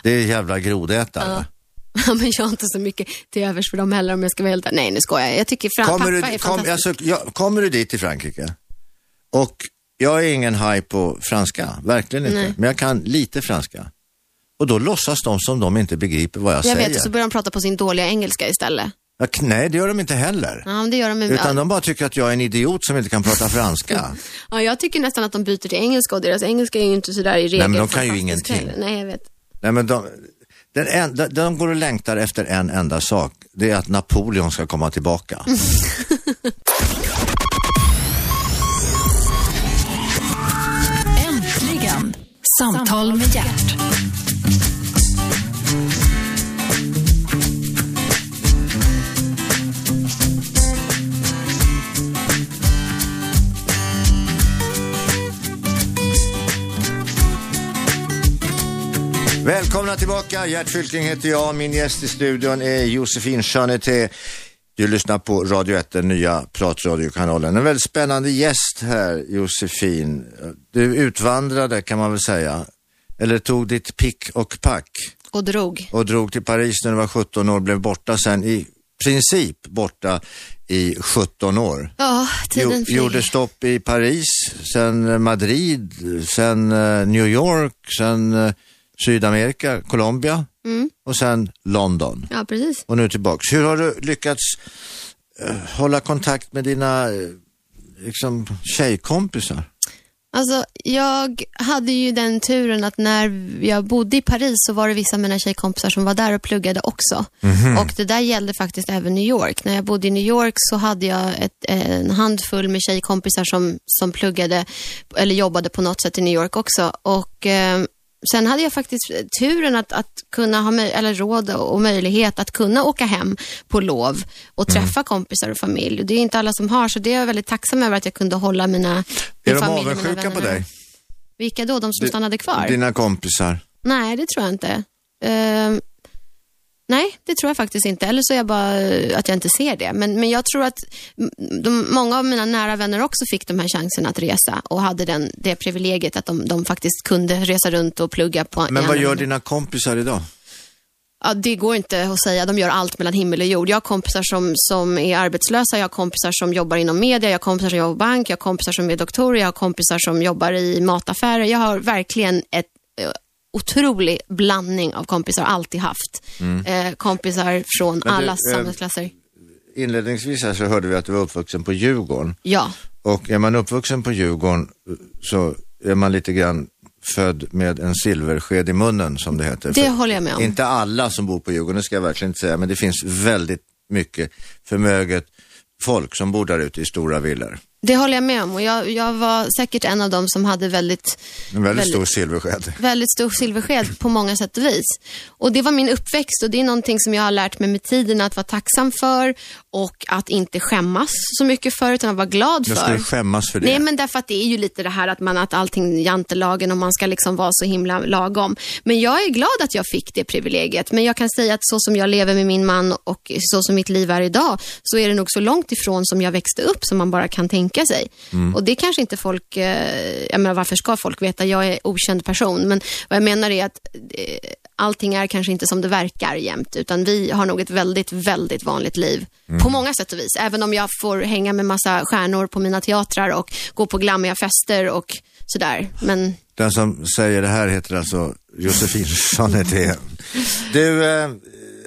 Det är jävla grodätare. Ja, men jag har inte så mycket till övers för dem heller om jag ska vara helt Nej, nu skojar jag. Jag tycker Fran, Kommer pappa du, är kom, fantastisk. alltså, jag, kommer du dit i Frankrike och jag är ingen haj på franska, verkligen inte, men jag kan lite franska. Och då låtsas de som de inte begriper vad jag, jag säger. vet, och så börjar de prata på sin dåliga engelska istället. Ja, k- nej, det gör de inte heller. Ja, men det gör de. med- Utan de bara tycker att jag är en idiot som inte kan prata [LAUGHS] franska. Ja, jag tycker nästan att de byter till engelska och deras engelska är ju inte sådär i regel. men de kan ju fantastisk ingenting. heller. Nej, jag vet. nej, men de, den en, de, de går och längtar efter en enda sak, det är att Napoleon ska komma tillbaka. Äntligen samtal med hjärt. Välkomna tillbaka, Gert Fylking heter jag. Min gäst i studion är Josefin Chanete. Du lyssnar på Radio 1, den nya pratradiokanalen. En väldigt spännande gäst här, Josefin. Du utvandrade kan man väl säga, eller tog ditt pick och pack Och drog. och drog till Paris när du var 17 år, blev borta sen i princip borta i 17 år. Ja, typ- Jo- tiden flyger. gjorde stopp i Paris, sen eh, Madrid, sen eh, New York, sen eh, Sydamerika, Colombia och sen London. Mm. Ja, precis. Och nu tillbaks. Hur har du lyckats eh, hålla kontakt med dina eh, liksom, tjejkompisar? Alltså, jag hade ju den turen att när jag bodde i Paris så var det vissa av mina tjejkompisar som var där och pluggade också. Mhm. Och det där gällde faktiskt även New York. När jag bodde i New York så hade jag ett, en handfull med tjejkompisar som, som pluggade eller jobbade på något sätt i New York också. Och eh, Sen hade jag faktiskt turen att, att kunna ha möj- eller råd och möjlighet att kunna åka hem på lov och Mm. träffa kompisar och familj. Och Det är inte alla som har, så det är jag väldigt tacksam över att jag kunde hålla mina Är min de familj och mina avundsjuka vänner på nära. dig? Vilka då? De som Di- stannade kvar? Dina kompisar? Nej, det tror jag inte. Ehm, nej, det tror jag faktiskt inte. Eller så är jag bara eh, att jag inte ser det. Men, men jag tror att mm, de, många av mina nära vänner också fick de här chansen att resa och hade den, det privilegiet att de, de faktiskt kunde resa runt och plugga på i Men vad andra gör länder. dina kompisar idag? Ja, det går inte att säga. De gör allt mellan himmel och jord. Jag har kompisar som, som är arbetslösa, jag har kompisar som jobbar inom media, jag har kompisar som jobbar på bank, jag har kompisar som är doktorer, jag har kompisar som jobbar i mataffärer. Jag har verkligen ett eh, otrolig blandning av kompisar, alltid haft. Eh, kompisar från Mm. Men du, alla eh, samhällsklasser. Inledningsvis här så hörde vi att du var uppvuxen på Djurgården. Ja, Och är man uppvuxen på Djurgården så är man lite grann född med en silversked i munnen som det heter. det För håller jag med om. Inte alla som bor på Djurgården, det ska jag verkligen inte säga, men det finns väldigt mycket förmöget folk som bor där ute i stora villor. Det håller jag med om och jag, jag var säkert en av dem som hade väldigt En väldigt, Väldigt. stor silversked. väldigt stor silversked på många sätt och vis. Och det var min uppväxt och det är någonting som jag har lärt mig med tiden att vara tacksam för och att inte skämmas så mycket för utan att vara glad Jag skulle för. skämmas för det. Nej, men därför att det är ju lite det här att, man, att allting jantelagen och man ska liksom vara så himla lagom. Men jag är glad att jag fick det privilegiet. Men jag kan säga att så som jag lever med min man och så som mitt liv är idag så är det nog så långt ifrån som jag växte upp som man bara kan tänka sig. Och det kanske inte folk, eh, jag menar varför ska folk veta? Jag är okänd person. Men vad jag menar är att eh, allting är kanske inte som det verkar jämt, utan vi har nog ett väldigt, väldigt vanligt liv. På många sätt och vis. Även om jag får hänga med massa stjärnor på mina teatrar och gå på glammiga fester och sådär. Men Den som säger det här heter alltså Josefin Chanete. Du, eh,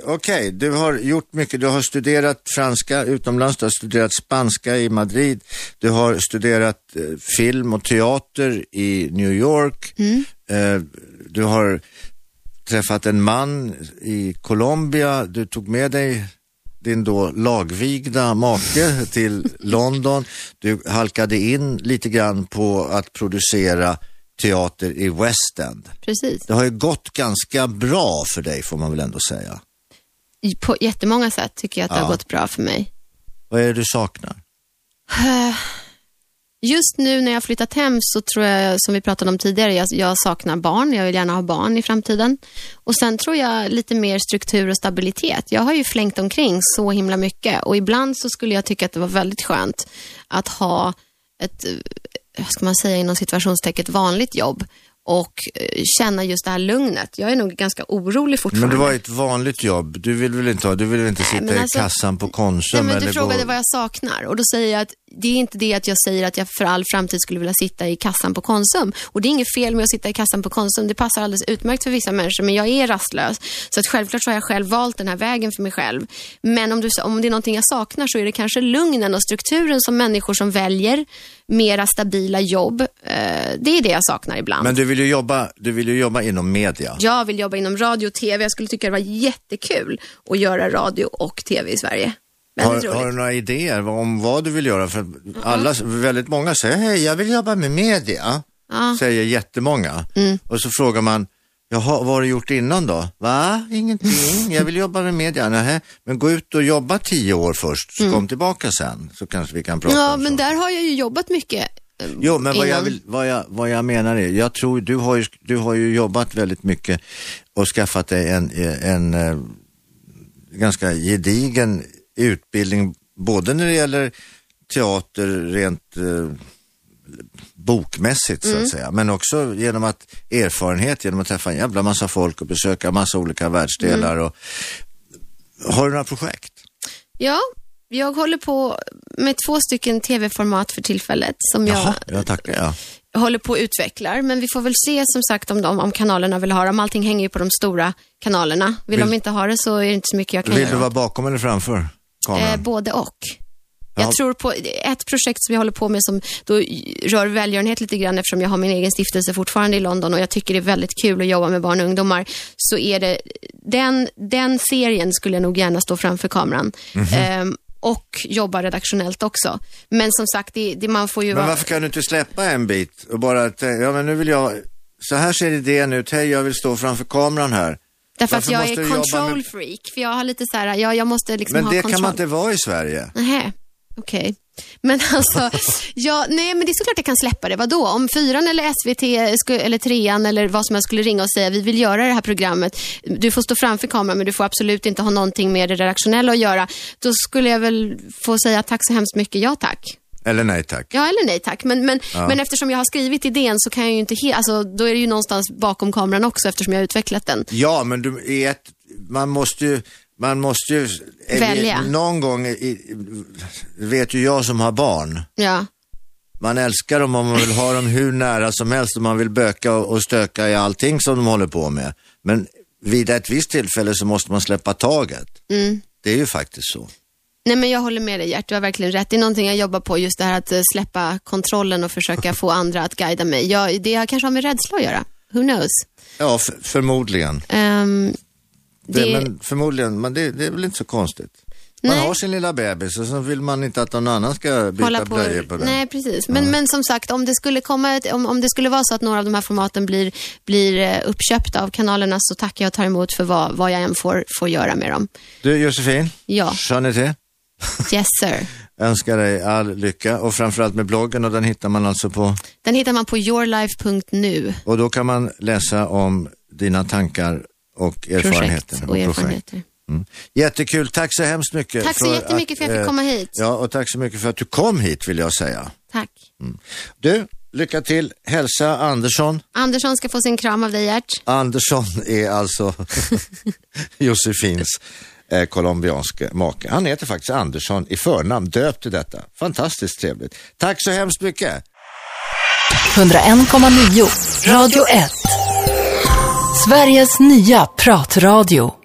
okej, du har gjort mycket. Du har studerat franska utomlands, du har studerat spanska i Madrid, du har studerat eh, film och teater i New York, eh, du har träffat en man i Colombia, du tog med dig din då lagvigda make till [LAUGHS] London. Du halkade in lite grann på att producera teater i West End. precis, Det har ju gått ganska bra för dig får man väl ändå säga. I- på jättemånga sätt tycker jag att det Ja. har gått bra för mig. Vad är det du saknar? Just nu när jag har flyttat hem så tror jag, som vi pratade om tidigare, jag, jag saknar barn. Jag vill gärna ha barn i framtiden. Och sen tror jag lite mer struktur och stabilitet. Jag har ju flängt omkring så himla mycket och ibland så skulle jag tycka att det var väldigt skönt att ha ett, eh, vad ska man säga inom situationstecket, vanligt jobb och eh, känna just det här lugnet. Jag är nog ganska orolig fortfarande. Men det var ju ett vanligt jobb. Du vill väl inte ha, du vill väl inte sitta men i alltså- kassan på Konsum? Nej, men eller du frågade gå... vad jag saknar och då säger jag att det är inte det att jag säger att jag för all framtid skulle vilja sitta i kassan på Konsum. Och det är inget fel med att sitta i kassan på Konsum. Det passar alldeles utmärkt för vissa människor men jag är rastlös. Så att självklart så har jag själv valt den här vägen för mig själv. Men om, du, om det är någonting jag saknar så är det kanske lugnen och strukturen som människor som väljer mera stabila jobb. Eh, det är det jag saknar ibland. Men du vill ju jobba, du vill ju jobba inom media. Jag vill jobba inom radio och TV. Jag skulle tycka det var jättekul att göra radio och TV i Sverige. Väldigt Har, roligt. har du några idéer om vad du vill göra? För alla, väldigt många säger, hej jag vill jobba med media. Ja. Mm. Säger jättemånga. Och så frågar man, jaha vad har du gjort innan då? Va? [LAUGHS] Ingenting, jag vill jobba med media. Nähä. Men gå ut och jobba tio år först, så kom tillbaka sen. Så kanske vi kan prata Mm. Ja, om men sånt." där har jag ju jobbat mycket. eh, Jo, men vad jag, innan. vill, vad, jag, vad jag menar är, jag tror du har ju, du har ju jobbat väldigt mycket och skaffat dig en, en, eh, ganska gedigen utbildning, både när det gäller teater rent eh, bokmässigt så Mm. att säga, men också genom att erfarenhet, genom att träffa en jävla massa folk och besöka massa olika världsdelar. Mm. Och, har du några projekt? Ja, jag håller på med två stycken tv-format för tillfället som Jaha, jag jag tackar ja. håller på och utvecklar. Men vi får väl se som sagt om, de, om kanalerna vill ha dem. Allting hänger ju på de stora kanalerna. Vill, Vill- de inte ha det så är det inte så mycket jag kan Vill du göra. vara bakom eller framför kameran? Eh, både och. Ja. Jag tror på ett projekt som jag håller på med som då rör välgörenhet lite grann eftersom jag har min egen stiftelse fortfarande i London och jag tycker det är väldigt kul att jobba med barn och ungdomar. Så är det, den, den serien skulle jag nog gärna stå framför kameran. Mhm. Ehm, och jobba redaktionellt också. Men som sagt, det, det, man får ju Men vara... varför kan du inte släppa en bit och bara tänka, ja men nu vill jag, så här ser idén ut, hej jag vill stå framför kameran här. Därför att varför jag måste du är jobba control med- freak. För jag har lite så här, ja, jag måste liksom Men ha det kontroll. kan man inte vara i Sverige. Nähä, okej. Men [LAUGHS] alltså, ja, nej men det är såklart jag kan släppa det. Vadå? Om fyran eller SVT sku- eller trean eller vad som helst skulle ringa och säga vi vill göra det här programmet. Du får stå framför kameran men du får absolut inte ha någonting med det redaktionella att göra. Då skulle jag väl få säga tack så hemskt mycket, ja tack. Eller nej tack. Ja eller nej tack. Men, men, men eftersom jag har skrivit idén så kan jag ju inte he- alltså, då är det ju någonstans bakom kameran också eftersom jag har utvecklat den. Ja men du, i ett, man måste ju, man måste ju, eller Välja. någon gång, i, vet ju jag som har barn, Ja. man älskar dem och man vill ha dem hur nära som helst och man vill böka och och stöka i allting som de håller på med. Men vid ett visst tillfälle så måste man släppa taget. Mm. Det är ju faktiskt så. Nej men jag håller med dig Gert, du har verkligen rätt. Det är någonting jag jobbar på, just det här att eh, släppa kontrollen och försöka få andra att guida mig. Jag, det jag kanske har med rädsla att göra, who knows. Ja, f- förmodligen. Ehm, Det, det, men förmodligen, men det, det är väl inte så konstigt. Man Nej. har sin lilla bebis och så vill man inte att någon annan ska byta hålla på, blöjor på den. Nej precis, men, men som sagt om det, skulle komma ett, om, om det skulle vara så att några av de här formaten blir, blir eh, uppköpta av kanalerna så tackar jag och tar emot för vad, vad jag än får, får göra med dem. Du Josefin, Ja. Jeanette, Yes sir. önskar dig all lycka och framförallt med bloggen och den hittar man alltså på Den hittar man på yourlife.nu. och då kan man läsa om dina tankar och erfarenheter. Projekt och erfarenheter. Mm. Jättekul, tack så hemskt mycket. Tack så jättemycket för att jag fick eh, komma hit. Ja, och tack så mycket för att du kom hit vill jag säga. Tack. Du, lycka till, hälsa Andersson. Andersson ska få sin kram av dig Gert. Andersson är alltså Josefins eh, colombianske make. Han heter faktiskt Andersson i förnamn, döpt till detta. Fantastiskt trevligt. Tack så hemskt mycket. 101,9. Radio 1. Sveriges nya pratradio.